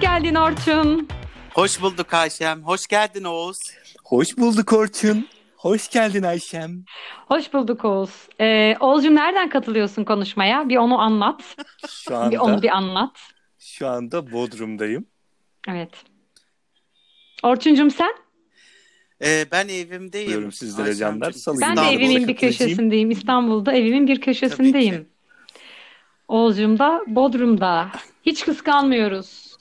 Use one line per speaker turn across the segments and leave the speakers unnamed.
geldin Orçun.
Hoş bulduk Ayşem. Hoş geldin Oğuz.
Hoş bulduk Orçun. Hoş geldin Ayşem.
Hoş bulduk Oğuz. Ee, Oğuz'cum nereden katılıyorsun konuşmaya? Bir onu anlat.
Şu
Bir onu
anda
bir anlat.
şu anda Bodrum'dayım.
Evet. Orçuncum sen?
Ee, ben evimdeyim.
Buyurun sizlere
Ayşemciğim.
canlar. Salı
Ben de
İstanbul'a
evimin bir
katılacağım.
köşesindeyim. İstanbul'da evimin bir köşesindeyim. Oğuz'cum da Bodrum'da. Hiç kıskanmıyoruz.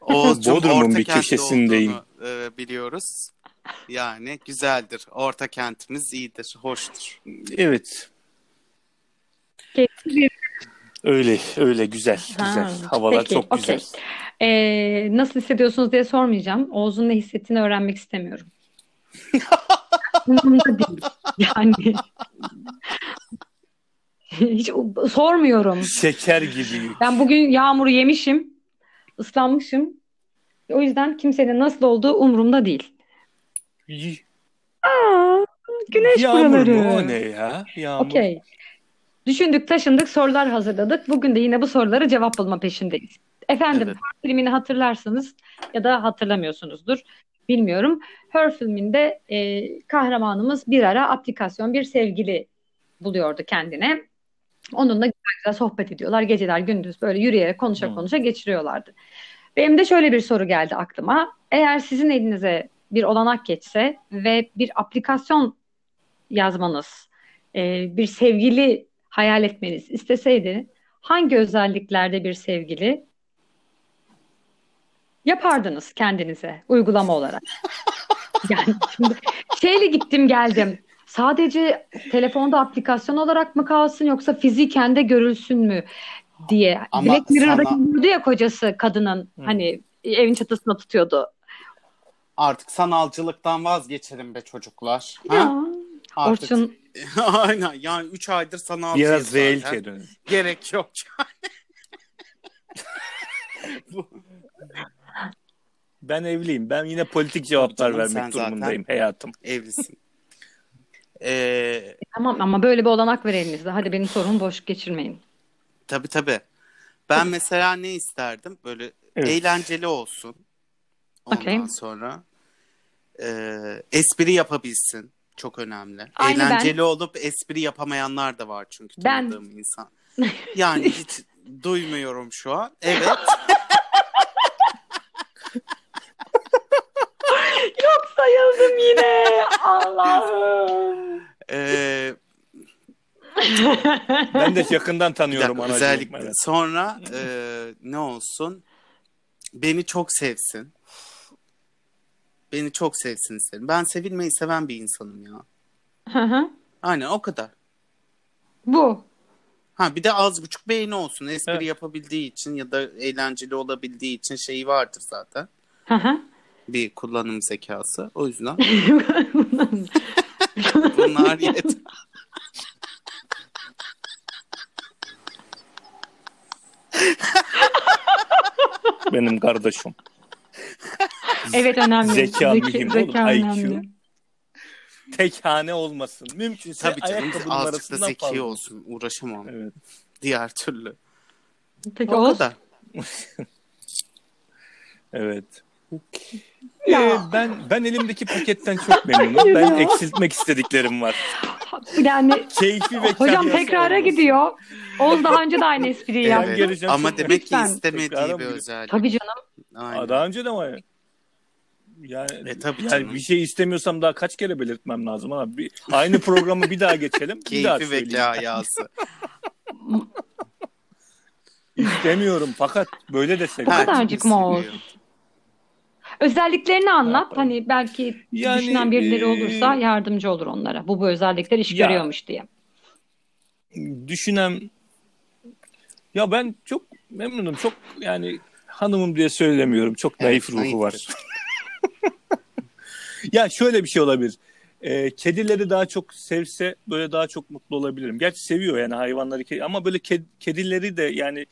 Oğuz'cum
Bodrum'un
orta
bir
kentte
köşesindeyim.
olduğunu, e, biliyoruz. Yani güzeldir. Orta kentimiz iyidir, hoştur.
Evet.
Keyifli bir-
Öyle öyle güzel güzel.
Ha,
Havalar
peki,
çok güzel.
okey. Ee, nasıl hissediyorsunuz diye sormayacağım. Oğuz'un ne hissettiğini öğrenmek istemiyorum. Umurumda değil. Yani hiç u- sormuyorum.
Şeker gibi.
Ben bugün yağmuru yemişim, ıslanmışım. O yüzden kimsenin nasıl olduğu umurumda değil. Aa, güneş
Yağmur
buraları.
mu o ne ya? Yağmur.
Okey. Düşündük, taşındık, sorular hazırladık. Bugün de yine bu sorulara cevap bulma peşindeyiz. Efendim,
Evet.
Her filmini hatırlarsınız ya da hatırlamıyorsunuzdur. Bilmiyorum. Her filminde e, kahramanımız bir ara aplikasyon bir sevgili buluyordu kendine. Onunla güzel güzel sohbet ediyorlar. Geceler gündüz böyle yürüyerek konuşa
Hmm.
konuşa geçiriyorlardı. Benim de şöyle bir soru geldi aklıma. Eğer sizin elinize bir olanak geçse ve bir aplikasyon yazmanız, e, bir sevgili hayal etmeniz isteseydi hangi özelliklerde bir sevgili yapardınız kendinize uygulama olarak? Yani şimdi şeyle gittim geldim. Sadece telefonda aplikasyon olarak mı kalsın yoksa fiziken de görülsün mü diye.
Ama
Black Mirror'daki
sana-
vurdu ya kocası kadının
Hı.
hani evin çatısına tutuyordu.
Artık sanalcılıktan vazgeçelim be çocuklar. Ha?
Ya,
Artık.
Orçun
Aynen yani 3 aydır sanalcıyız
Biraz şey
zaten.
realite dönün.
Gerek yok. Bu-
Ben evliyim. Ben yine politik cevaplar
Canım, sen
vermek
zaten-
durumundayım hayatım.
Evlisin. Ee,
Tamam ama böyle bir olanak ver elinizde. Hadi benim sorumu boş geçirmeyin.
Tabii tabii. Ben mesela ne isterdim? Böyle
Evet.
eğlenceli olsun. Ondan
Okey.
sonra eee, espri yapabilsin. Çok önemli.
Aynı ben.
eğlenceli olup espri yapamayanlar da var çünkü
Ben.
tanıdığım insan. Yani hiç duymuyorum şu an. Evet.
Çok sayıldım yine. Allah'ım.
eee,
Ben de yakından
bir
tanıyorum
dakika,
anacığım.
özellikle.
Evet.
Sonra eee, ne olsun? Beni çok sevsin. Beni çok sevsin isterim. Ben sevilmeyi seven bir insanım ya.
Hı hı.
Aynen o kadar.
Bu.
Ha bir de az buçuk beğeni olsun. Espri
Evet.
yapabildiği için ya da eğlenceli olabildiği için şeyi vardır zaten.
Hı hı.
Bir kullanım zekası. O yüzden bunlar yeter.
Benim kardeşim.
evet önemli.
Zeka
Zeki-
mühim oğlum.
zeka
IQ.
önemli.
Tek hane olmasın. Mümkünse
Tabii canım
ayakkabı
azıcık da
numarasından
zeki
Şey, fazla.
olsun. Uğraşamam.
Evet.
Diğer türlü.
Peki
O
Oğuz.
kadar.
Evet.
Ya.
Ee, ben ben elimdeki paketten çok memnunum. Ben eksiltmek istediklerim var.
Yani
Keyfi ve
hocam
karyası
tekrara
olmasın.
gidiyor. Oğuz daha önce de aynı espriyi
Evet.
yaptı.
Evet.
geleceğim
Ama
çok-
demek ki
Lütfen.
istemediği
Tekrardan
bir
buyurun.
özellik.
Tabii canım.
Aynen.
Aa, daha önce de ama yani,
E, tabii canım.
yani bir şey istemiyorsam daha kaç kere belirtmem lazım abi. Bir, aynı programı bir daha geçelim. bir daha
Keyfi ve
söyleyeyim.
kayası.
İstemiyorum fakat böyle de seviyorum.
kadar kadarcık mı Oğuz? Özelliklerini anlat.
Evet.
Hani belki
Yani,
düşünen birileri
e,
olursa yardımcı olur onlara. Bu bu özellikler iş
Ya.
görüyormuş diye.
düşünen ya ben çok memnunum. Çok yani hanımım diye söylemiyorum. Çok naif ruhu var. Ya şöyle bir şey olabilir. Ee, kedileri daha çok sevse böyle daha çok mutlu olabilirim. Gerçi seviyor yani hayvanları kedi ama böyle ke- kedileri de yani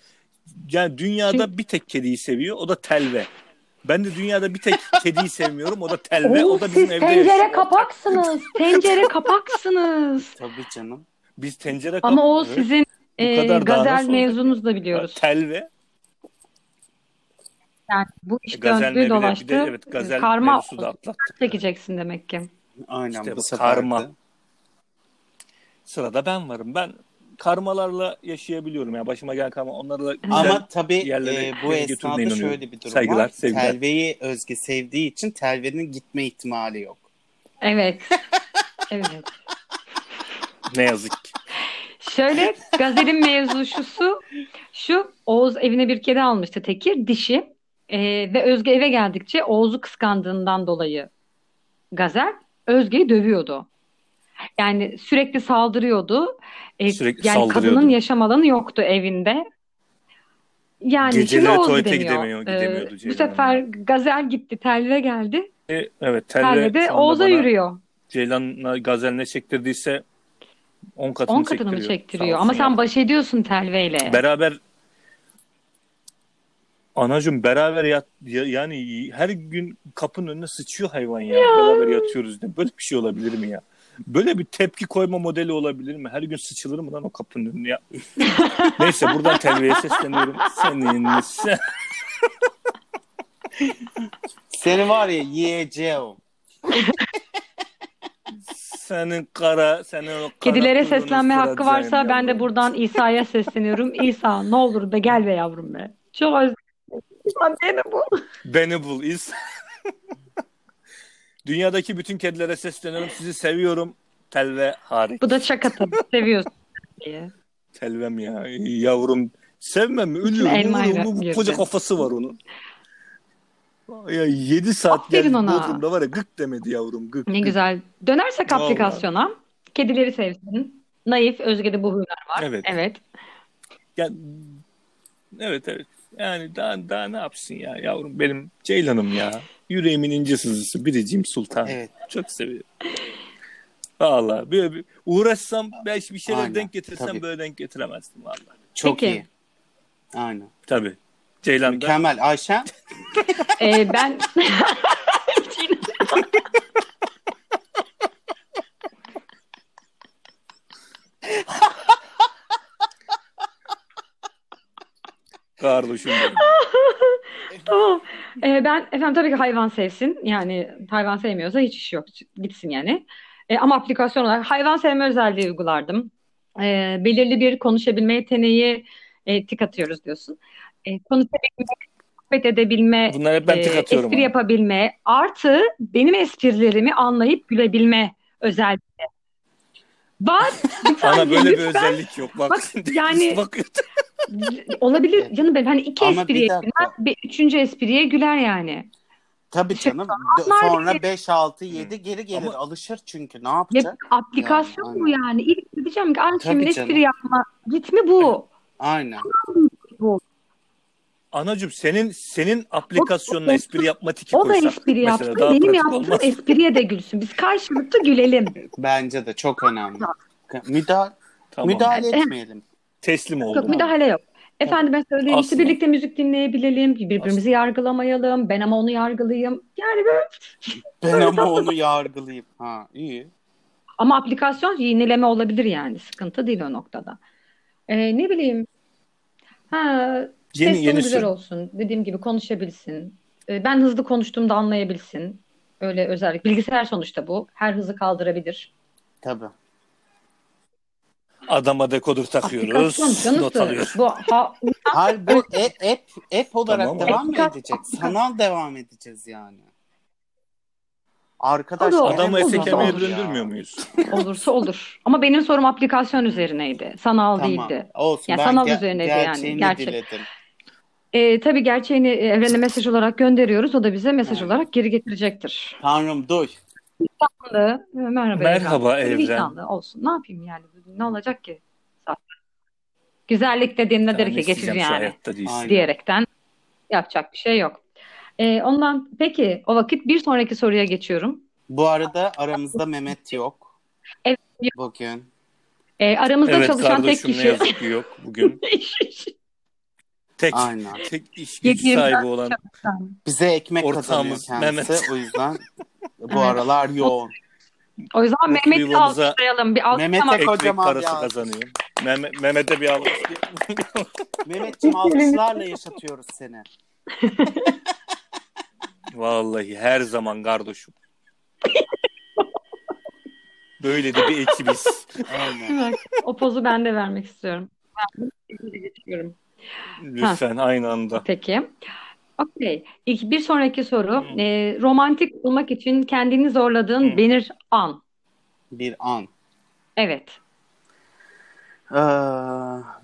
yani dünyada
Şey-
bir tek kediyi seviyor. O da telve. Ben de dünyada bir tek kediyi sevmiyorum. O da telve. o
Oğuz
da
siz
bizim evde
tencere
yaşıyor.
kapaksınız. Tencere kapaksınız.
Tabii canım.
Biz tencere
Ama o
kapatıyoruz.
sizin
Bu
e,
kadar daha
gazel
nasıl olacak?
mevzunuzu da
Ya,
biliyoruz.
Telve.
Yani bu iş
Gazel
döndü
mevlüde bir
dolaştı.
de evet gazel
Karma
mevzusu da atlattık.
çekeceksin demek ki.
Aynen
İşte
bu
bu
sefer
karma.
de.
Sırada ben varım. Ben karmalarla yaşayabiliyorum ya. Başıma gelen karma onlarla güzel
Ama tabii
yerlere
e, bu
beni götürdüğüne
esnada
inanıyorum.
şöyle bir durum
Saygılar,
var.
sevgiler.
Telve'yi Özge sevdiği için Telve'nin gitme ihtimali yok.
Evet. evet.
ne yazık ki.
Şöyle gazelin mevzusu şu Oğuz evine bir kedi almıştı Tekir dişi Ee, ve Özge eve geldikçe Oğuz'u kıskandığından dolayı Gazel Özge'yi dövüyordu. Yani sürekli saldırıyordu. Ee,
Sürekli
yani
saldırıyordu.
kadının yaşam alanı yoktu evinde. Yani şimdi
Geceleri
Oğuz
tuvalete
gidemiyor.
gidemiyor, gidemiyordu
bu
Ceylan
sefer Gazel gitti, Telve geldi.
E, evet
Telve
telle
de
şu anda
Oğuz'a
bana
yürüyor.
Ceylan'la gazel ne çektirdiyse 10 katını
10 katını mı
Sağ
çektiriyor?
olsun
Ama
ya.
sen baş ediyorsun Telve ile.
Beraber Anacım beraber yat ya- yani her gün kapının önüne sıçıyor hayvan ya. Beraber yatıyoruz diye. Böyle bir şey olabilir mi ya? Böyle bir tepki koyma modeli olabilir mi? Her gün sıçılır mı lan o kapının önüne ya? Neyse buradan telviye sesleniyorum. Senin sen-
Seni var ya yiyeceğim.
senin kara senin o kara
Kedilere
kuzunun
seslenme hakkı
sıracağım
varsa ben de
yavrum.
buradan İsa'ya sesleniyorum. İsa ne olur be gel be yavrum be. Çok özledim. İsa beni bu.
Beni bul İsa. Dünyadaki bütün kedilere sesleniyorum. Sizi seviyorum. Telve harik.
Bu da şaka tabii. Seviyorsun diye.
Telvem ya. Yavrum. Sevmem mi? Ölüyorum.
İçine elma
ölüyorum.
girdi.
Bu koca kafası var onun. Ya 7 saat
Aferin
geldi
ona.
Bodrum'da var ya gık demedi yavrum gık.
Ne
gık.
güzel. Dönersek
Vallahi.
aplikasyona. Kedileri sevsin. Naif, Özge'de bu huylar var.
Evet.
Evet.
Yani, evet evet. Yani daha, daha ne yapsın ya yavrum benim Ceylan'ım ya. Yüreğimin ince sızısı biricim sultan.
Evet.
Çok seviyorum. Valla böyle bir uğraşsam belki bir şeyler
Aynen,
denk getirsem
tabii.
böyle denk getiremezdim valla.
Çok
Peki.
iyi. Aynen.
Tabii. Ceylan da
Mükemmel. Ayşen
Ee, ben
kardeşim benim.
Tamam. Ee, ben efendim tabii ki hayvan sevsin. Yani hayvan sevmiyorsa hiç iş yok. Gitsin yani. Ee, ama aplikasyon olarak hayvan sevme özelliği uygulardım. Ee, belirli bir konuşabilme yeteneği e, tik atıyoruz diyorsun. Ee, konuşabilme, sohbet edebilme,
Bunlar hep ben tık
e,
atıyorum.
espri
ama.
yapabilme artı benim esprilerimi anlayıp gülebilme özelliği. Var. Bir
Ana
saniye,
böyle bir
lütfen.
özellik yok. Bak,
Bak, yani-
Bak-
Olabilir canım ben hani iki
Ama bir
espriye
dakika.
güler, bir üçüncü espriye güler yani.
tabii canım. D-
Onlar
Sonra 5 6
Hmm.
7 geri gelir.
Ama-
Alışır çünkü ne
Ya
yapacak?
bir aplikasyon
Yani,
bu yani. İlk diyeceğim ki Arif'in
Tabii canım.
espri yapma ritmi
Hani
bu.
Aynen.
Anacım senin senin aplikasyonuna
O- o-
espri yapma tiki
O da
koysak
espri
mesela
yapsın,
daha
benim
pratik
yaptığım
olmaz.
espriye de gülsün. Biz karşılıklı gülelim.
Bence de çok önemli. Müdahale,
Tamam.
müdahale etmeyelim.
Teslim oldum.
Yok müdahale yok. Efendime söyleyeyim işte
Aslında.
birlikte müzik dinleyebilelim, birbirimizi
Aslında.
yargılamayalım, ben ama onu yargılayayım. Yani böyle.
Ben ama onu yargılayayım. Ha iyi.
Ama aplikasyon yenileme olabilir yani. Sıkıntı değil o noktada. Ee, ne bileyim. Ha, Ses
Yeni
tonu
yeni
güzel
sür.
olsun. Dediğim gibi konuşabilsin. Ee, Ben hızlı konuştuğumda anlayabilsin. Öyle özellik. Bilgisayar sonuçta bu. Her hızı kaldırabilir.
Tabii.
Adama dekodur
Aplikasyon
takıyoruz.
canısı.
Not alıyoruz.
Bu ha,
Hayır bu e- app, app olarak
Tamam.
devam mı
Aplikasyon-
edecek? Sanal devam edeceğiz yani. Arkadaş
O da-
gene
Adamı
Olur
esekemeye
ya.
döndürmüyor muyuz?
olursa olur. Ama benim sorum aplikasyon üzerineydi. Sanal
Tamam.
değildi.
Olsun.
Ya
ben
sanal
ge-
üzerineydi yani,
gerçeğini
gerçek.
diledim.
Ee, tabii gerçeğini e, evrene mesaj olarak gönderiyoruz. O da bize mesaj
Evet.
olarak geri getirecektir.
Tanrım duy.
Ee, Merhaba.
Merhaba
evren.
evren.
İnsanlı olsun. Ne yapayım yani? Ne olacak ki? Zaten. Güzellik de
Ya
deniledir
ne
ki geçici
isteyeceğim şu
yani.
hayatta değilsin.
Aynen.
diyerekten yapacak bir şey yok. Ee, ondan peki o vakit bir sonraki soruya geçiyorum.
Bu arada aramızda Mehmet yok.
Evet,
Bugün.
Ee, aramızda
Evet
çalışan tek
kardeşim ne
kişi
yazık ki yok bugün. Tek,
Aynen.
tek iş gücü sahibi olan
Bize ekmek
Ortağımız
kazanıyor kendisi.
Mehmet.
O yüzden bu
Evet.
aralar yoğun.
o yüzden
Mutlu
Mehmet'i
yuvamıza-
alkışlayalım. Bir
Mehmet'e
alkışlamak.
ekmek
Kocaman
parası
ya.
kazanıyor. Mehmet, Mehmet'e bir alkış.
Mehmetciğim alkışlarla yaşatıyoruz seni.
Vallahi her zaman kardeşim. Böyle de bir ekibiz.
Aynen.
Bak, o pozu ben de vermek istiyorum. Ben de geçiyorum.
Lütfen aynı anda.
Peki. Okey. İlk- Bir sonraki soru.
Hmm.
Ee, romantik olmak için kendini zorladığın bir an.
Bir an.
Evet.
Ee,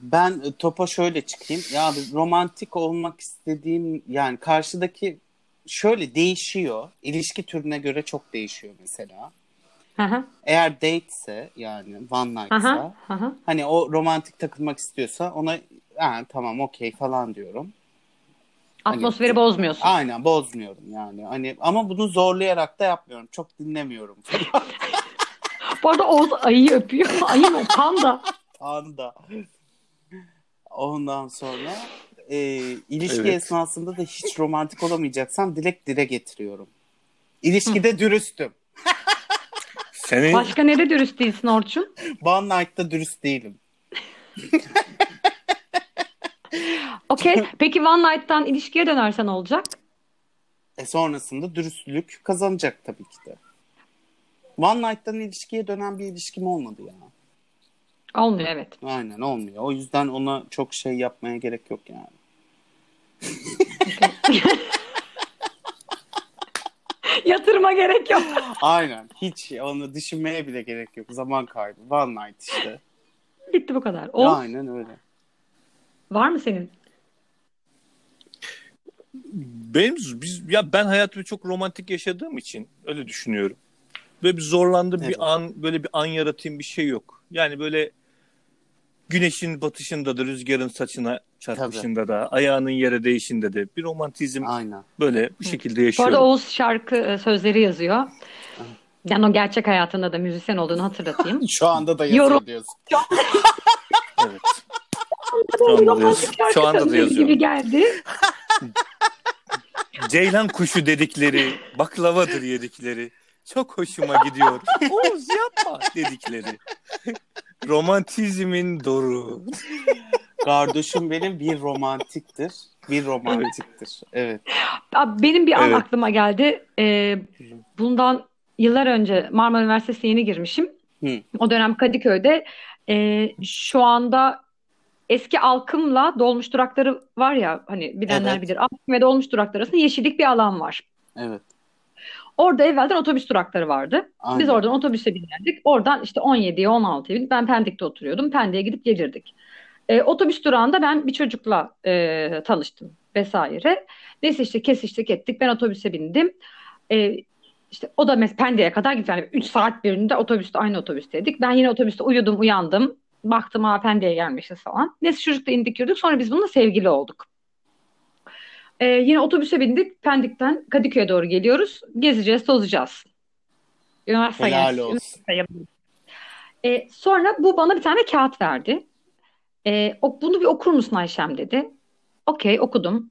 ben topa şöyle çıkayım. Ya bir romantik olmak istediğim yani karşıdaki şöyle değişiyor. İlişki türüne göre çok değişiyor mesela.
Aha,
Eğer datese yani one night'sa
aha, aha.
hani o romantik takılmak istiyorsa ona "Ha, tamam okey falan diyorum.
Atmosferi bozmuyorsun.
Aynen bozmuyorum yani. Hani ama bunu zorlayarak da yapmıyorum. Çok dinlemiyorum falan.
Bu arada Oğuz ayıyı öpüyor. Ayı mı? Panda.
anda. Ondan sonra e, ilişki
Evet.
esnasında da hiç romantik olamayacaksam dilek dile getiriyorum. İlişkide dürüstüm.
Senin
Başka nerede dürüst değilsin Orçun?
One night'ta dürüst değilim.
Okey. Peki One Night'tan ilişkiye dönersen olacak?
E sonrasında dürüstlük kazanacak tabii ki de. One night'tan ilişkiye dönen bir ilişkim olmadı ya.
Olmuyor evet.
Aynen olmuyor. O yüzden ona çok şey yapmaya gerek yok yani.
Yatırma gerek yok.
Aynen. Hiç onu düşünmeye bile gerek yok. Zaman kaybı. One night işte.
Bitti bu kadar. Oğuz
Aynen öyle.
var mı senin?
benim biz ya ben hayatımı çok romantik yaşadığım için öyle düşünüyorum. Böyle bir zorlandığım
Evet.
bir an böyle bir an yaratayım bir şey yok. Yani böyle güneşin batışında da rüzgarın saçına çarpışında da ayağının yere değişinde de bir romantizm
Aynen.
böyle bu şekilde
Bu arada
yaşıyorum.
Oğuz şarkı e, sözleri yazıyor. Yani o gerçek hayatında da müzisyen olduğunu hatırlatayım.
Şu anda da
Yorum.
yazıyor diyorsun.
Evet. Şu anda da yaz-
Romantik şarkı
Şu anda da
sözleri
yazıyorum.
gibi geldi.
Ceylan kuşu dedikleri, baklavadır yedikleri. Çok hoşuma gidiyor. Oğuz yapma dedikleri. Romantizmin doru.
Kardeşim benim bir romantiktir. Bir romantiktir. Evet.
Abi Benim bir an
Evet.
aklıma geldi. Ee, bundan yıllar önce Marmara Üniversitesi'ne yeni girmişim.
Hı.
O dönem Kadıköy'de e, şu anda eski Alkım'la Dolmuş Durakları var ya hani bilenler
Evet.
bilir. Alkım ve Dolmuş Durakları arasında yeşillik bir alan var.
Evet.
Orada evvelden otobüs durakları vardı.
Aynen.
Biz oradan otobüse binerdik. Oradan işte 17'ye 16'ya binip ben Pendik'te oturuyordum. Pendik'e gidip gelirdik. Ee, otobüs durağında ben bir çocukla e, tanıştım vesaire. Neyse işte kesiştik ettik. Ben otobüse bindim. Ee, işte o da mes- Pendik'e kadar gitti. Yani 3 saat birinde otobüste aynı otobüsteydik. Ben yine otobüste uyudum uyandım. Baktım ha Pendik'e gelmişiz falan. Neyse çocukla indik yürüdük. Sonra biz bununla sevgili olduk. Ee, yine otobüse bindik. Pendik'ten Kadıköy'e doğru geliyoruz. Gezeceğiz, tozacağız. Üniversite
Helal
gençliği-
olsun.
e, sonra bu bana bir tane kağıt verdi. E, o, bunu bir okur musun Ayşem dedi. Okey okudum.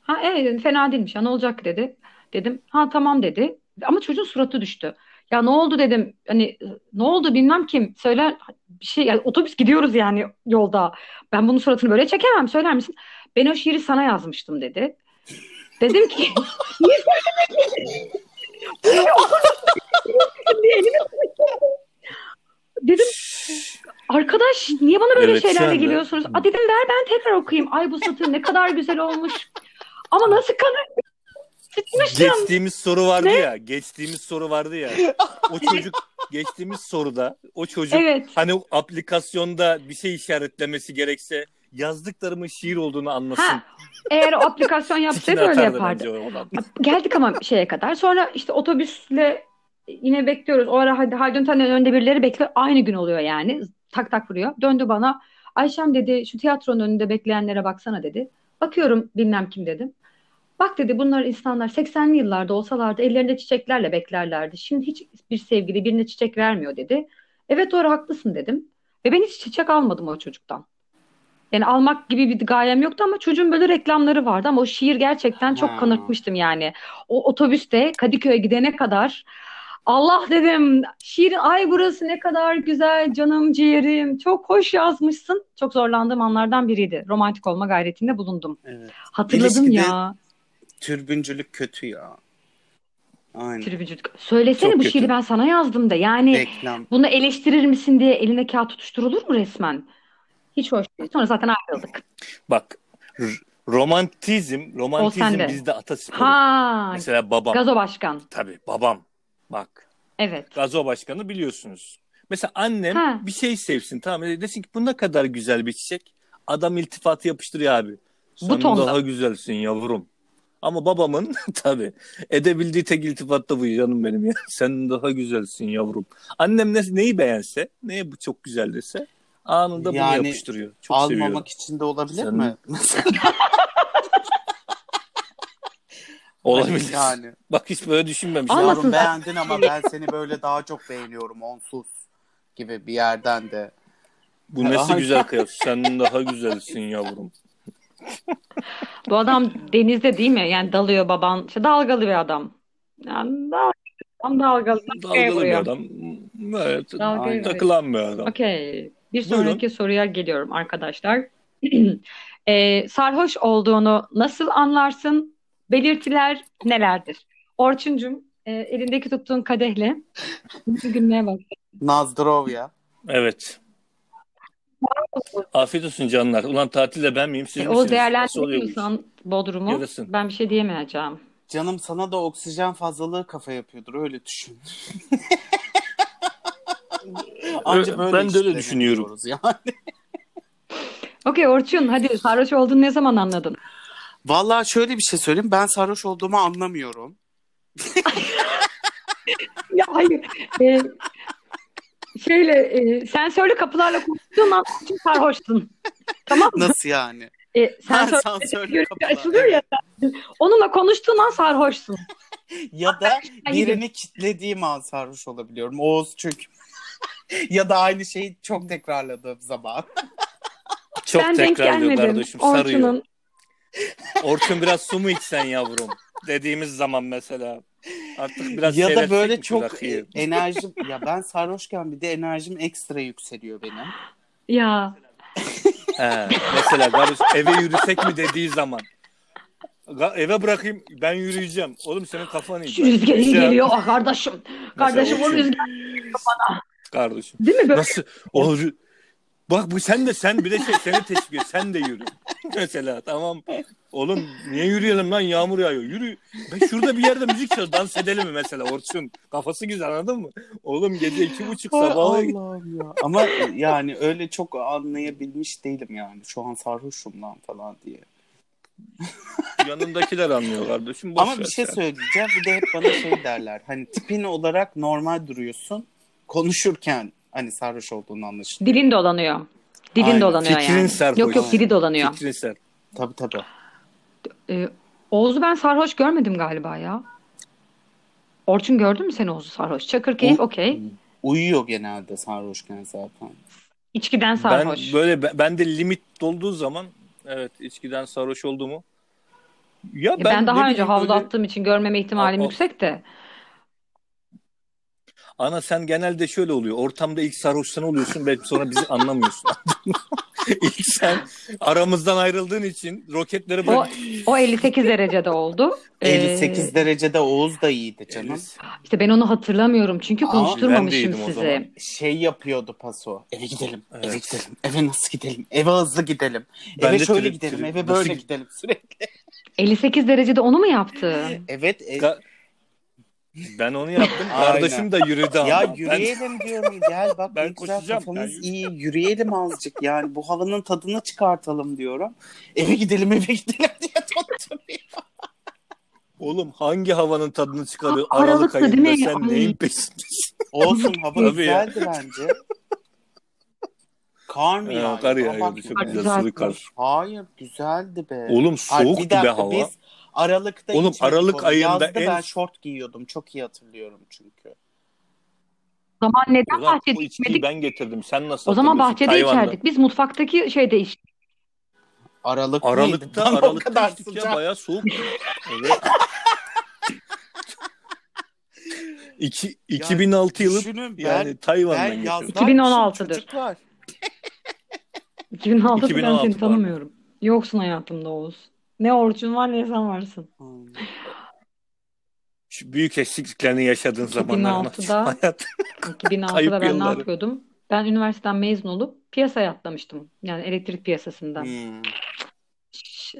Ha evet dedim, fena değilmiş ya ne olacak dedi. Dedim ha tamam dedi. Ama çocuğun suratı düştü. Ya ne oldu dedim. Hani ne oldu bilmem kim. Söyler bir şey yani otobüs gidiyoruz yani yolda. Ben bunun suratını böyle çekemem söyler misin? Ben o şiiri sana yazmıştım dedi. Dedim ki niye söylemedin? Bunu bir okur musun diye elimi tuttum. Dedim arkadaş niye bana böyle
Evet,
şeylerle
sen de.
geliyorsunuz? A dedim ver ben tekrar okuyayım. Ay bu satır ne kadar güzel olmuş. Ama nasıl kanır? Sıçmışım.
Geçtiğimiz soru vardı ya. Geçtiğimiz soru vardı ya. O çocuk geçtiğimiz soruda o çocuk
Evet.
hani o aplikasyonda bir şey işaretlemesi gerekse yazdıklarımın şiir olduğunu anlasın.
Ha, eğer o aplikasyon yapsaydı
Tikini
öyle yapardı.
atardı bence o adam.
Geldik ama şeye kadar. Sonra işte otobüsle yine bekliyoruz. O ara hadi Haldun Taner'in önünde birileri bekliyor. Aynı gün oluyor yani. Tak tak vuruyor. Döndü bana. Ayşem dedi şu tiyatronun önünde bekleyenlere baksana dedi. Bakıyorum bilmem kim dedim. Bak dedi bunlar insanlar 80'li yıllarda olsalardı ellerinde çiçeklerle beklerlerdi. Şimdi hiçbir sevgili birine çiçek vermiyor dedi. Evet doğru haklısın dedim. Ve ben hiç çiçek almadım o çocuktan. Yani almak gibi bir gayem yoktu ama çocuğun böyle reklamları vardı ama o şiir gerçekten çok
Ha.
kanırtmıştım yani. O otobüste Kadıköy'e gidene kadar Allah dedim şiir ay burası ne kadar güzel canım ciğerim çok hoş yazmışsın. Çok zorlandığım anlardan biriydi. Romantik olma gayretinde bulundum.
Evet.
Hatırladım
İlişkide-
ya
Türbüncülük kötü ya. Aynen.
tribücülük. Söylesene
Çok
bu
kötü.
şiiri ben sana yazdım da. Yani
Reklam.
bunu eleştirir misin diye eline kağıt tutuşturulur mu resmen? Hiç hoş değil. Sonra zaten ayrıldık.
Bak r- romantizm, romantizm
sende.
bizde atasporu.
Ha,
Mesela babam.
Gazo Başkan.
Tabii babam. Bak
Evet.
Gazo Başkanı biliyorsunuz. Mesela annem
Ha.
bir şey sevsin tamam mı? Desin ki bu ne kadar güzel bir çiçek. Adam iltifatı yapıştırıyor abi. Sen
Bu tonda.
daha güzelsin yavrum. Ama babamın tabii edebildiği tek iltifat da bu canım benim ya. Sen daha güzelsin yavrum. Annem ne, neyi beğense, neye bu çok güzel dese anında bunu
Yani
yapıştırıyor. Çok
Almamak
seviyorum.
için de olabilir
Sen-
mi?
Olabilir.
yani.
Bak hiç böyle düşünmemiştim.
Anlasın
Yavrum
zaten.
beğendin ama ben seni böyle daha çok beğeniyorum onsuz gibi bir yerden de.
Bu nasıl
Ay.
güzel kıyafet? Sen daha güzelsin yavrum.
Bu adam denizde değil mi? Yani dalıyor baban. İşte dalgalı bir adam. Yani dal- adam dalgalı. Dalgaya
Dalgalı bir
vuruyor.
adam. Evet,
Dalgaya
Aynen.
vuruyor.
takılan bir adam.
Okey. Bir
Buyurun.
sonraki soruya geliyorum arkadaşlar. Ee, sarhoş olduğunu nasıl anlarsın? Belirtiler nelerdir? Orçuncum e, elindeki tuttuğun kadehle bir gülmeye bak.
Nazdrov ya.
Evet. Afiyet olsun canlar. Ulan tatilde ben miyim siz
E,
misiniz?
o
Nasıl oluyor bu iş?
değerlendiriyorsan Bodrum'u
Yarasın.
ben bir şey diyemeyeceğim.
Canım sana da oksijen fazlalığı kafa yapıyordur öyle düşün.
Evet, ben de öyle
işlerini
düşünüyorum.
yapıyoruz ya.
Okey Orçun hadi sarhoş olduğunu ne zaman anladın?
Vallahi şöyle bir şey söyleyeyim. Ben sarhoş olduğumu anlamıyorum.
Ya hayır. Ee, şöyle e, sensörlü kapılarla konuştuğun an Orçun sarhoştun. Tamam mı?
Nasıl yani?
E,
Ben
sensör
sansörlü
görüntü açılıyor
kapılar.
ya. Onunla konuştuğun an sarhoşsun.
Ya da
Hayır.
birini kitlediğim an sarhoş olabiliyorum. Oğuz çünkü. ya da aynı şeyi çok tekrarladığım zaman.
Çok
ben denk
tekrarlıyor
gelmedim.
kardeşim. Sarıyor.
Orçun'un.
Orçun biraz su mu içsen yavrum? Dediğimiz zaman mesela. Artık biraz
ya da
seyretsek
böyle
mi şu
çok
rakıyı?
enerjim ya ben sarhoşken bir de enerjim ekstra yükseliyor benim.
Ya
He, mesela Gabus eve yürüsek mi dediği zaman. Ga- eve bırakayım ben yürüyeceğim. Oğlum senin kafan iyi.
şu rüzgar iyi
Mesela-
geliyor ah kardeşim. Kardeşim o
Orçun.
rüzgar
Kardeşim.
değil mi böyle?
Nasıl? O, rü- bak bu sen de sen bir de şey seni teşvik ediyor. Sen de yürü. Mesela tamam. Oğlum niye yürüyelim lan yağmur yağıyor. Yürü. Ben şurada bir yerde müzik çalıyor. Dans edelim mi mesela Orçun? Kafası güzel anladın mı? Oğlum gece iki buçuk sabah.
Allah'ım ya. Ama yani öyle çok anlayabilmiş değilim yani. Şu an sarhoşum lan falan diye.
Yanındakiler anlıyor kardeşim. Boş
Ama
ver
bir şey
sen.
söyleyeceğim. Bir de hep bana şey derler. Hani tipin olarak normal duruyorsun. Konuşurken hani sarhoş olduğunu anlaşılıyor.
Dilin dolanıyor. Dilin
Aynen.
dolanıyor
Fikrin
yani.
sarhoş.
Yok yok dili dolanıyor.
Fikrin sen.
Tabii tabii.
Ee, Oğuz'u ben sarhoş görmedim galiba ya. Orçun gördün mü sen Oğuz'u sarhoş? Çakırkeyif
O-
okey.
Uyuyor genelde sarhoşken zaten.
İçkiden
Ben
sarhoş.
böyle ben- ben de limit dolduğu zaman evet içkiden sarhoş olduğumu. Ya
E, ben,
ne
daha önce
bileyim
havlu
böyle-
attığım için görmeme ihtimalim
Al- al.
yüksek de.
Ana sen genelde şöyle oluyor. Ortamda ilk sarhoş sen oluyorsun ve sonra bizi anlamıyorsun. ilk sen aramızdan ayrıldığın için roketleri
O,
bırak.
o 58 derecede oldu. Ee,
58 derecede Oğuz da iyiydi canım.
İşte ben onu hatırlamıyorum çünkü
Aa,
ben de
konuşturmamışım
yedim o zaman.
sizi.
şey yapıyordu paso. Eve gidelim,
Evet.
eve gidelim, eve nasıl gidelim, eve hızlı gidelim,
Ben
eve
de
şöyle
trip-
gidelim,
trip-
eve
nasıl
böyle
gi-
gidelim sürekli.
58 derecede onu mu yaptı?
Ee,
Evet, e-
Ga- Ben onu yaptım.
Aynen.
Kardeşim de yürüdü ama.
ya
Ben-
yürüyelim diyorum gel bak
Ben
ne güzel
koşacağım, ben
kafamız
yürüyeceğim.
iyi yürüyelim azıcık yani bu havanın tadını çıkartalım diyorum. Eve gidelim eve gidelim diye tutturuyor.
Oğlum hangi havanın tadını çıkarıyor?
Aralık'ta
Aralık
değil mi?
ayında sen
Ay.
neyin peşindesin?
Olsun hava
Tabii ya.
güzeldi bence. Kar mı
Ya,
ya?
Ee, kar yağıyordu. Çok
Ay,
güzel
güzel.
sulu kar.
Hayır güzeldi be.
Oğlum
Ay, bir
soğuktu be
dakika,
hava.
Biz Aralık'ta
Oğlum,
içmedik
Aralık
onu.
ayında
Yazda
en-
ben şort giyiyordum. Çok iyi hatırlıyorum çünkü.
O zaman neden
Ulan
bahçede
o içkiyi
içmedik?
ben getirdim. Sen nasıl
O zaman
hatırlıyorsun?
bahçede
Tayvan'da.
içerdik. Biz mutfaktaki şeyde içtik.
Aralık mıydı?
Aralıkta
Lan o
Aralık'ta
kadar
içtik
sıcak.
ya bayağı soğuk. Evet. İki, 2006 yılı
Düşünün ben,
yani
ben
Tayvan'dan
yazdan
geçiyorum.
2016'dır.
Çocuklar.
2006 ben
2016
seni
pardon.
tanımıyorum. Yoksun hayatımda Oğuz. Ne Orçun var ne sen varsın.
Hmm.
Şu büyük eksikliklerini yaşadığın zamanlar
2006'da
hayat.
2006'da
Kayıp
ben ne
yılları.
yapıyordum? Ben üniversiteden mezun olup piyasaya atlamıştım. Yani elektrik piyasasından.
Hmm.
Şş,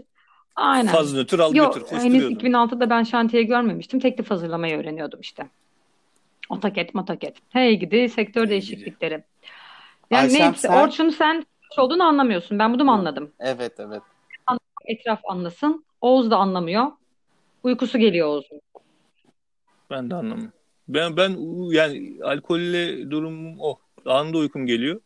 Aynen.
Faz nötr al
Yok,
götür
henüz
koşturuyordun.
2006'da ben şantiye görmemiştim. Teklif hazırlamayı öğreniyordum işte. Otaket, motaket. Hey gidi sektör
Hey gidi.
değişiklikleri. Yani
Ayşem
neyse
sen-
Orçun sen kaç olduğunu anlamıyorsun. Ben bunu mu
Yok.
anladım?
Evet evet.
Etraf anlasın. Oğuz da anlamıyor. Uykusu geliyor Oğuz'un.
Ben de anlamıyorum. Ben ben u- yani alkolle durumum o. Anında uykum geliyor.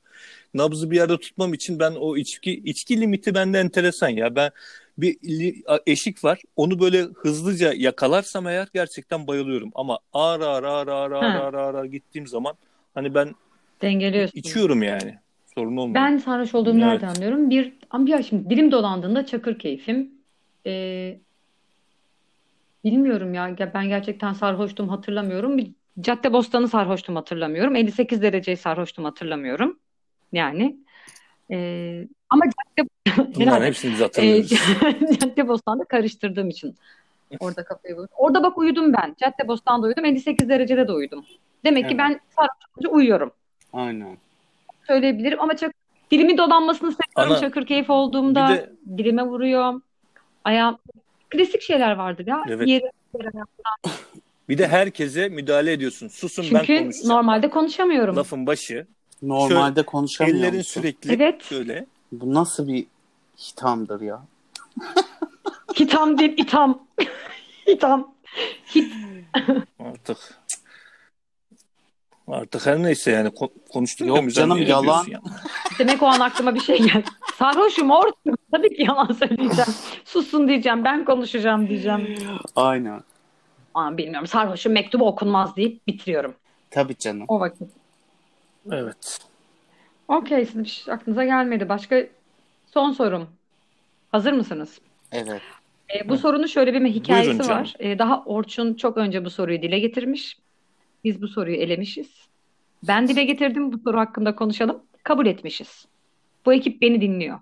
Nabzı bir arada tutmam için ben o içki içki limiti bende enteresan ya. Ben bir li- a- eşik var. Onu böyle hızlıca yakalarsam eğer gerçekten bayılıyorum. Ama ağır ağır ağır ağır ağır
Ha.
ağır ağır, ağır gittiğim zaman hani ben
Dengeliyorsun.
içiyorum yani. Sorun olmuyor.
Ben sarhoş olduğumu
Evet.
nereden anlıyorum? Bir, ama bir şimdi dilim dolandığında çakır keyfim. Ee, bilmiyorum ya. Ya Ben gerçekten sarhoştum hatırlamıyorum. Bir Caddebostan'ı sarhoştum hatırlamıyorum. 58 dereceyi sarhoştum hatırlamıyorum. Yani. Ee, ama cadde
Bunların
herhalde.
hepsini biz hatırlıyoruz.
Ee, Caddebostan'da karıştırdığım için. Orada kafayı vurdum. Orada bak uyudum ben. Caddebostan'da uyudum. 58 derecede de uyudum. Demek ki
Evet.
ben sarhoş olunca uyuyorum
Aynen.
söyleyebilirim ama çok dilimin dolanmasını seviyorum.
Ana,
Çakır keyif olduğumda
bir de-
dilime vuruyor. Ayağım klasik şeyler vardır ya.
Evet.
Yeri-
Bir de herkese müdahale ediyorsun. Susun ben
Çünkü
konuşacağım.
normalde konuşamıyorum.
Lafın başı.
Normalde konuşamıyor
Ellerin
musun?
sürekli
Evet.
şöyle.
Bu nasıl bir hitamdır ya?
Hitam değil, itam. hitam.
Artık artık her neyse yani ko- konuştuk
Yok
da müzayene
canım, yalan.
ediyorsun yani.
Demek o an aklıma bir şey geldi. Sarhoşum ortum. Tabii ki yalan söyleyeceğim. Susun diyeceğim. Ben konuşacağım diyeceğim.
Aynen.
Aa, bilmiyorum. Sarhoşum mektubu okunmaz deyip bitiriyorum.
Tabii canım.
O vakit.
Evet.
Okey. Sizin bir şey aklınıza gelmedi. Başka son sorum. Hazır mısınız?
Evet.
E, bu sorunun şöyle bir hikayesi
Buyurun canım.
var. E, daha Orçun çok önce bu soruyu dile getirmiş. Biz bu soruyu elemişiz. Ben dile getirdim bu soru hakkında konuşalım. Kabul etmişiz. Bu ekip beni dinliyor.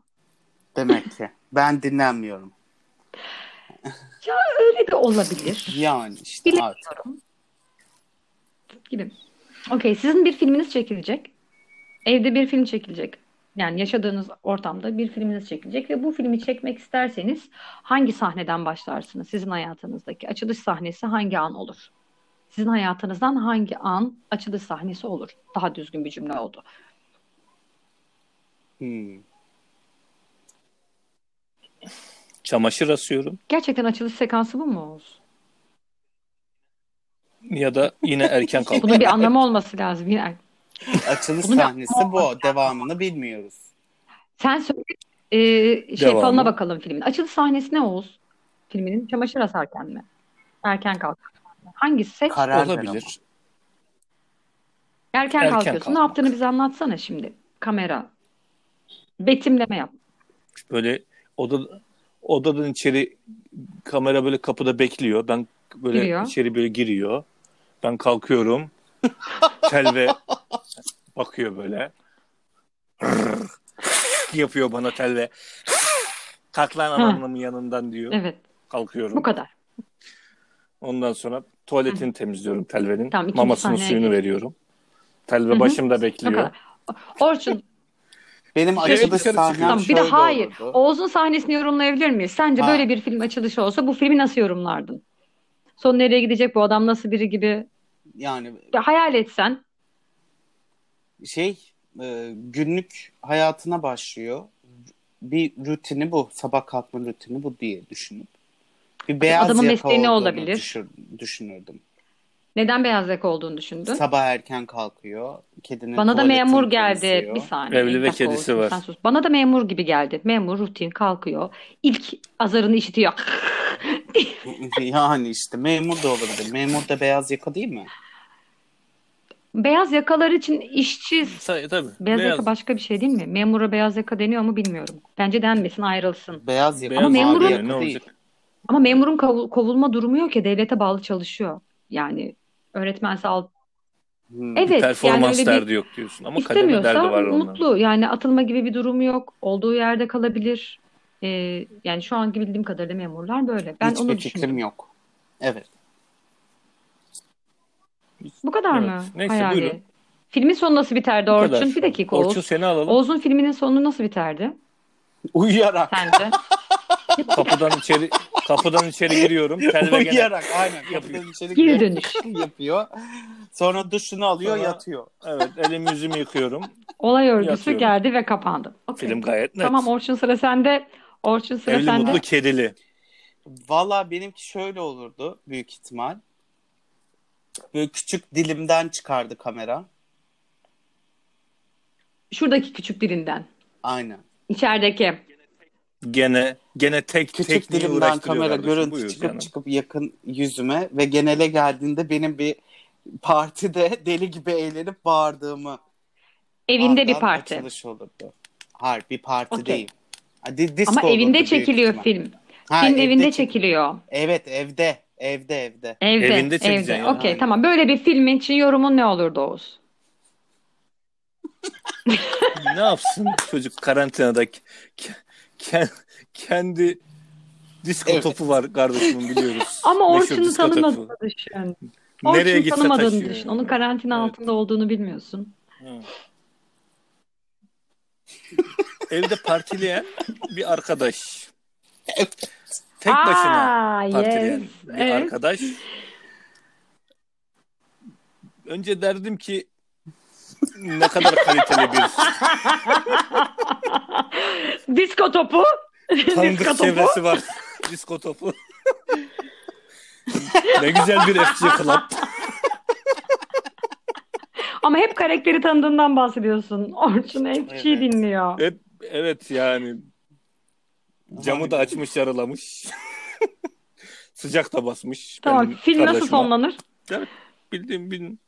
Demek ki. Ben dinlenmiyorum.
Öyle de olabilir.
Yani işte
Bilemiyorum.
artık.
Gibi. Okey, sizin bir filminiz çekilecek. Evde bir film çekilecek. Yani yaşadığınız ortamda bir filminiz çekilecek ve bu filmi çekmek isterseniz hangi sahneden başlarsınız? Sizin hayatınızdaki açılış sahnesi hangi an olur? Sizin hayatınızdan hangi an açılış sahnesi olur? Daha düzgün bir cümle oldu.
Hmm.
Çamaşır asıyorum
Gerçekten açılış sekansı bu mu Oğuz?
ya da yine erken
Bunun
kalkıyorum.
bir anlamı olması lazım. Yani
Açılış
Bunu da-
sahnesi bu. Devamını bilmiyoruz.
sen söyle e, şey
Devamı.
falına bakalım filmin. Açılış sahnesi ne Oğuz? Filminin çamaşır asarken mi? Erken kalkarken mi? Hangisi seç?
Karar ver ama.
Olabilir.
Erken
Erken
kalkıyorsun. Ne
kalkmak.
yaptığını bize anlatsana şimdi. Kamera. Betimleme yap.
Böyle oda, odadan içeri kamera böyle kapıda bekliyor. Ben böyle
Giriyor.
içeri böyle giriyor. Ben kalkıyorum. Telve bakıyor böyle. yapıyor bana telve. Kalk lan
Ha.
anamın yanından diyor.
Evet.
Kalkıyorum.
Bu kadar.
Ondan sonra tuvaletini temizliyorum telvenin.
Tamam, ikinci
Mamasının
sahneye
suyunu
geç.
veriyorum. Telve
hı.
başımda
Bu
bekliyor.
kadar. Orçun.
Benim
Şey,
açılış
dışarı
sahnem
çıkıyorum.
tamam. Bir de
şöyle
hayır.
olurdu.
Oğuz'un sahnesini yorumlayabilir miyiz? Sence
Ha.
böyle bir film açılışı olsa bu filmi nasıl yorumlardın? Son nereye gidecek bu adam nasıl biri gibi.
Yani
Ya hayal etsen.
şey e, günlük hayatına başlıyor. Bir rutini bu. Sabah kalkma rutini bu diye düşünüp. Bir beyaz
Adamın
yaka
mesleği ne
olduğunu
olabilir?
düşür- düşünürdüm.
Neden beyaz yaka olduğunu düşündün?
Sabah erken kalkıyor. Kedinin
Bana da
tuvaletini
memur geldi.
temizliyor.
Bir saniye.
Evli
Bir
ve
dakika
kedisi
Oğuz'um,
var.
sen sus. Bana da memur gibi geldi. Memur rutin kalkıyor. İlk azarını işitiyor.
yani işte memur da olabilir. Memur da beyaz yaka değil mi?
Beyaz yakalar için işçi
Say, e, tabii.
Beyaz,
Beyaz.
yaka başka bir şey değil mi? Memura beyaz yaka deniyor mu bilmiyorum. Bence denmesin ayrılsın.
Beyaz yaka.
Beyaz
Ama
mavi
memurun-
yaka
yani ne
değil.
olacak?
Ama memurun kavu- kovulma durumu yok ya devlete bağlı çalışıyor. Yani öğretmen sağ ol.
Hmm.
Evet
Performans
şey. yani öyle bir
derdi yok diyorsun ama kademe derdi
istemiyorsa
var onların.
mutlu. Yani atılma gibi bir durumu yok. Olduğu yerde kalabilir. Ee, yani şu anki bildiğim kadarıyla memurlar böyle. Ben onu
Hiçbir fikrim
düşünüyorum.
yok. Evet.
Bu kadar
Evet.
mı
Neyse,
hayali?
buyurun.
Filmin sonu nasıl biterdi
Bu
Orçun?
kadar.
Bir dakika
Orçun
Oğuz.
seni alalım.
Oğuz'un filminin sonu nasıl biterdi
Uyuyarak.
sence?
Kapıdan içeri kapıdan içeri giriyorum. Tel ve gene-
Uyuyarak aynen. Kapıdan içeri
Geri
giriyor.
dönüş.
yapıyor. Sonra duşunu alıyor
Sonra-
yatıyor.
Evet, elimi yüzümü yıkıyorum.
Olay örgüsü
Yatıyorum.
geldi ve kapandı. Okey.
Film gayet net.
Tamam Orçun sıra sende. Orçun sıra
Evli
sende.
mutlu kedili.
Valla benimki şöyle olurdu büyük ihtimal. Böyle küçük dilimden çıkardı kamera.
Şuradaki küçük dilinden.
Aynen.
İçerideki.
Gene gene tek
Küçük
tekniği
dilimden
uğraştırıyor
kamera
kardeşim.
görüntü
Buyur
çıkıp
canım.
çıkıp yakın yüzüme ve genele geldiğinde benim bir partide deli gibi eğlenip bağırdığımı
Evinde
andan
bir parti.
açılış olurdu. Hayır bir parti
Okey.
değil. Ha, di- disco
Ama evinde
olurdu büyük
çekiliyor
ihtimal.
film.
Ha,
film evinde
çek-
çekiliyor.
Evet evde. Evde evde.
Evde.
Evinde
evde.
çekeceksin yani.
Okey
Aynen.
tamam. Böyle bir filmin için yorumun ne olurdu Oğuz?
ne yapsın çocuk karantinada Ke- ke- kendi disko
Evet.
topu var kardeşim biliyoruz.
Ama
Meşhur
Orçun'u
disko topu.
tanımadığını düşün.
Nereye
Orçun'u
gitse
tanımadığını
taşıyor.
düşün. Onun karantina
Evet.
altında olduğunu bilmiyorsun.
Hı. Evde partileyen bir arkadaş. Tek başına
Aa,
partileyen
yes.
bir
Evet.
arkadaş. Önce derdim ki ne kadar kaliteli bir
Disko topu. Disko
Tanıdık
topu.
çevresi var. Disko topu. ne güzel bir FC Club.
Ama hep karakteri tanıdığından bahsediyorsun. Orçun FG'yi
Evet.
dinliyor.
Hep, evet yani. Camı da açmış yaralamış. Sıcak da basmış.
Tamam.
benim
Film nasıl
kardeşime.
sonlanır?
Bildiğim bildiğim.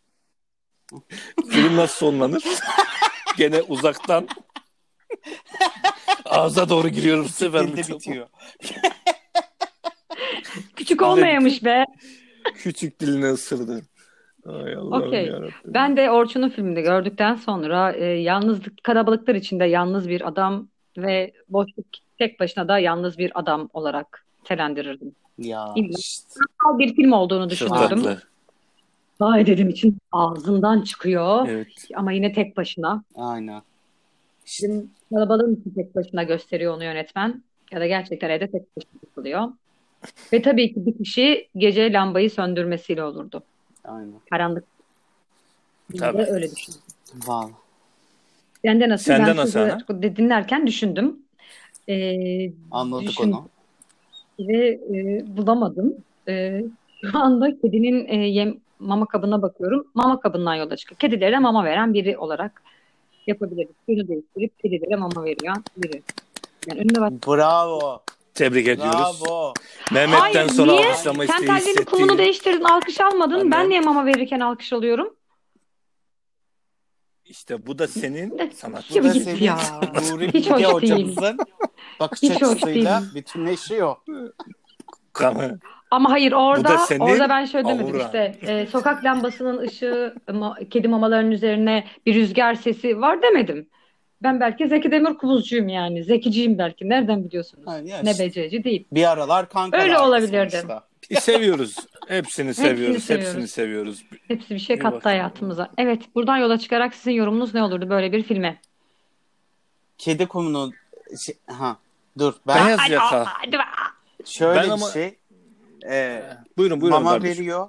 Film nasıl sonlanır? Gene uzaktan. Ağza doğru giriyorum bu sefer.
Evde bitiyor.
Küçük olmayamış be.
Küçük dilini ısırdı. Ay Allah'ım
Okey.
yarabbim.
Ben de Orçun'un filmini gördükten sonra e, yalnızlık, kalabalıklar içinde yalnız bir adam ve boşluk tek başına da yalnız bir adam olarak telendirirdim.
Ya
İlla.
işte.
Al bir film olduğunu
Çok
düşünüyordum.
tatlı.
Vay dedim için ağzından çıkıyor
Evet.
ama yine tek başına.
Aynen.
Bizim kalabalığın için tek başına gösteriyor onu yönetmen. Ya da gerçekten evde tek başına yapılıyor. Ve tabii ki bir kişi gece lambayı söndürmesiyle olurdu.
Aynen.
Karanlık.
Tabii.
Tabii. Öyle düşün.
Valla.
Sende nasıl?
Sende
ben
nasıl
sizi de- dinlerken düşündüm. Ee,
Anladık
Düşün.
onu.
ve e, bulamadım. E, şu anda kedinin e, yem mama kabına bakıyorum. Mama kabından yola çıkıyor. Kedilere mama veren biri olarak yapabiliriz. Suyunu değiştirip kedilere mama veriyor biri. Yani önüne bak.
Bravo.
Tebrik ediyoruz.
Bravo.
Mehmet'ten
Hayır,
sonra
niye?
alkışlama
Sen
isteği
tellerin kumunu
hissettiği
değiştirdin, alkış almadın.
Anne.
Ben niye mama verirken alkış alıyorum?
İşte bu da senin sanat.
Gibi
Bu da
git
senin
ya.
Nuri
Hiç
Bilge
hoş değil.
hocamızın bakış
Hiç hoş
açısıyla
değil.
bütünleşiyor.
Kamı.
Ama hayır orada
da senin
orada ben şöyle demedim
aura.
işte e, sokak lambasının ışığı ma- kedi mamalarının üzerine bir rüzgar sesi var demedim. Ben belki Zeki Demirkubuzcuyum yani. Zekiciyim belki. Nereden biliyorsunuz?
Ha, ya
Ne
işte.
becerici değil.
Bir aralar kankalar.
Öyle olabilirdi.
sonuçta.
E, Seviyoruz. Hepsini seviyoruz. Hepsini
seviyoruz.
seviyoruz.
Hepsi bir şey
İyi
kattı
bak.
hayatımıza. Evet, buradan yola çıkarak sizin yorumunuz ne olurdu böyle bir filme?
Kedi kumunu şey- ha dur ben
Beyaz yaka.
Hadi bak.
şöyle
Ben
bir
ama-
şey Ee,
Buyurun buyurun
mama
kardeşim.
veriyor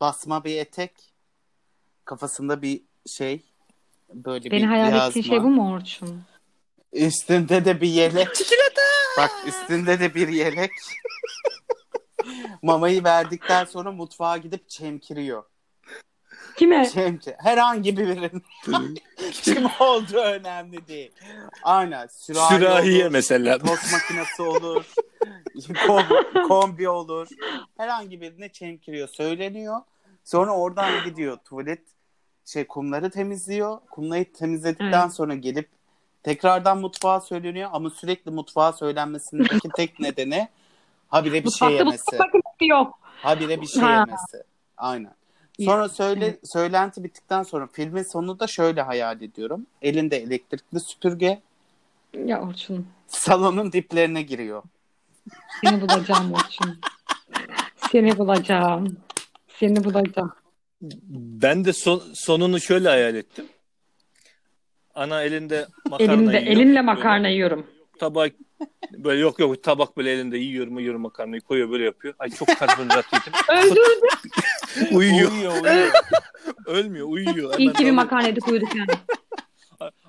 basma bir etek kafasında bir şey böyle
Beni
bir
hayal
yazma.
ettiğin şey bu mu Orçun?
Üstünde de bir yelek. Bak üstünde de bir yelek. Mamayı verdikten sonra mutfağa gidip çemkiriyor.
Kime?
Çemkir. Herhangi birinin kim olduğu önemli değil. Aynen. Sürahi
Sürahiye
olur,
mesela.
Tost makinesi olur. kom- kombi olur. Herhangi birine çemkiriyor. Söyleniyor. Sonra oradan gidiyor. Tuvalet şey kumları temizliyor. Kumları temizledikten
Evet.
sonra gelip tekrardan mutfağa söyleniyor ama sürekli mutfağa söylenmesindeki tek nedeni habire bir şey
Mutfakta
yemesi.
mutfak makinesi yok.
Habire bir şey
Ha.
yemesi. Aynen. Sonra söyle söylenti bittikten sonra filmin sonunu da şöyle hayal ediyorum. Elinde elektrikli süpürge
Ya Orçun.
salonun diplerine giriyor.
Seni bulacağım Orçun. Seni bulacağım. Seni bulacağım.
Ben de son, sonunu şöyle hayal ettim. Ana elinde makarna
Elimde,
yiyor.
elimle makarna yiyorum.
tabak böyle yok yok tabak böyle elinde yiyor mu yiyor makarnayı koyuyor böyle yapıyor. Ay çok karbonhidrat yedim.
Öldürdüm.
uyuyor.
Uyuyor uyuyor.
Ölmüyor uyuyor.
İyi ki
Hemen
bir
dalıyor.
makarna yedik uyuduk yani.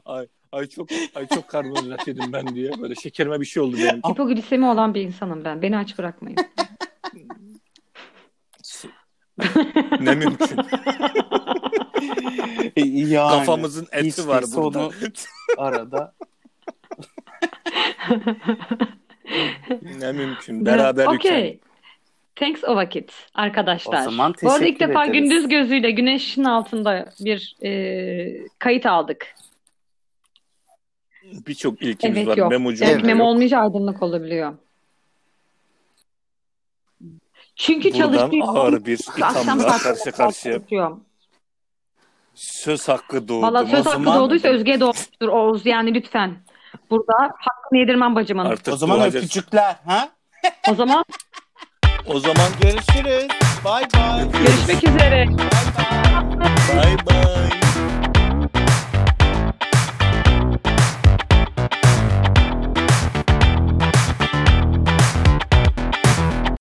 Ay, ay çok ay çok karbonhidrat yedim ben diye. Böyle şekerime bir şey oldu benim.
Hipoglisemi olan bir insanım ben. Beni aç bırakmayın.
ne mümkün.
yani,
Kafamızın eti
hiçbir
var
sonu
burada.
arada.
ne mümkün.
Biraz-
Beraber
Okey. Thanks o vakit arkadaşlar.
O zaman
Bu arada ilk
teşekkür
defa
ederiz.
gündüz gözüyle güneşin altında bir e, kayıt aldık.
yüklen. Birçok ilkimiz
Evet,
var.
yok.
Memocu
Belki
Evet.
memo
yok.
olmayınca aydınlık olabiliyor. Çünkü
Buradan
çalışıyor.
ağır bir
Akşam
ithamla karşı karşıya söz hakkı doğdu.
Valla söz
O
hakkı
zaman
doğduysa Özge'ye doğmuştur Oğuz yani lütfen. Burada hakkını yedirmem bacımın.
Artık
O zaman
doğacak.
öpücükler. Ha?
O zaman
O zaman
Görüşürüz. Bay bay.
görüşmek üzere.
Bay bay.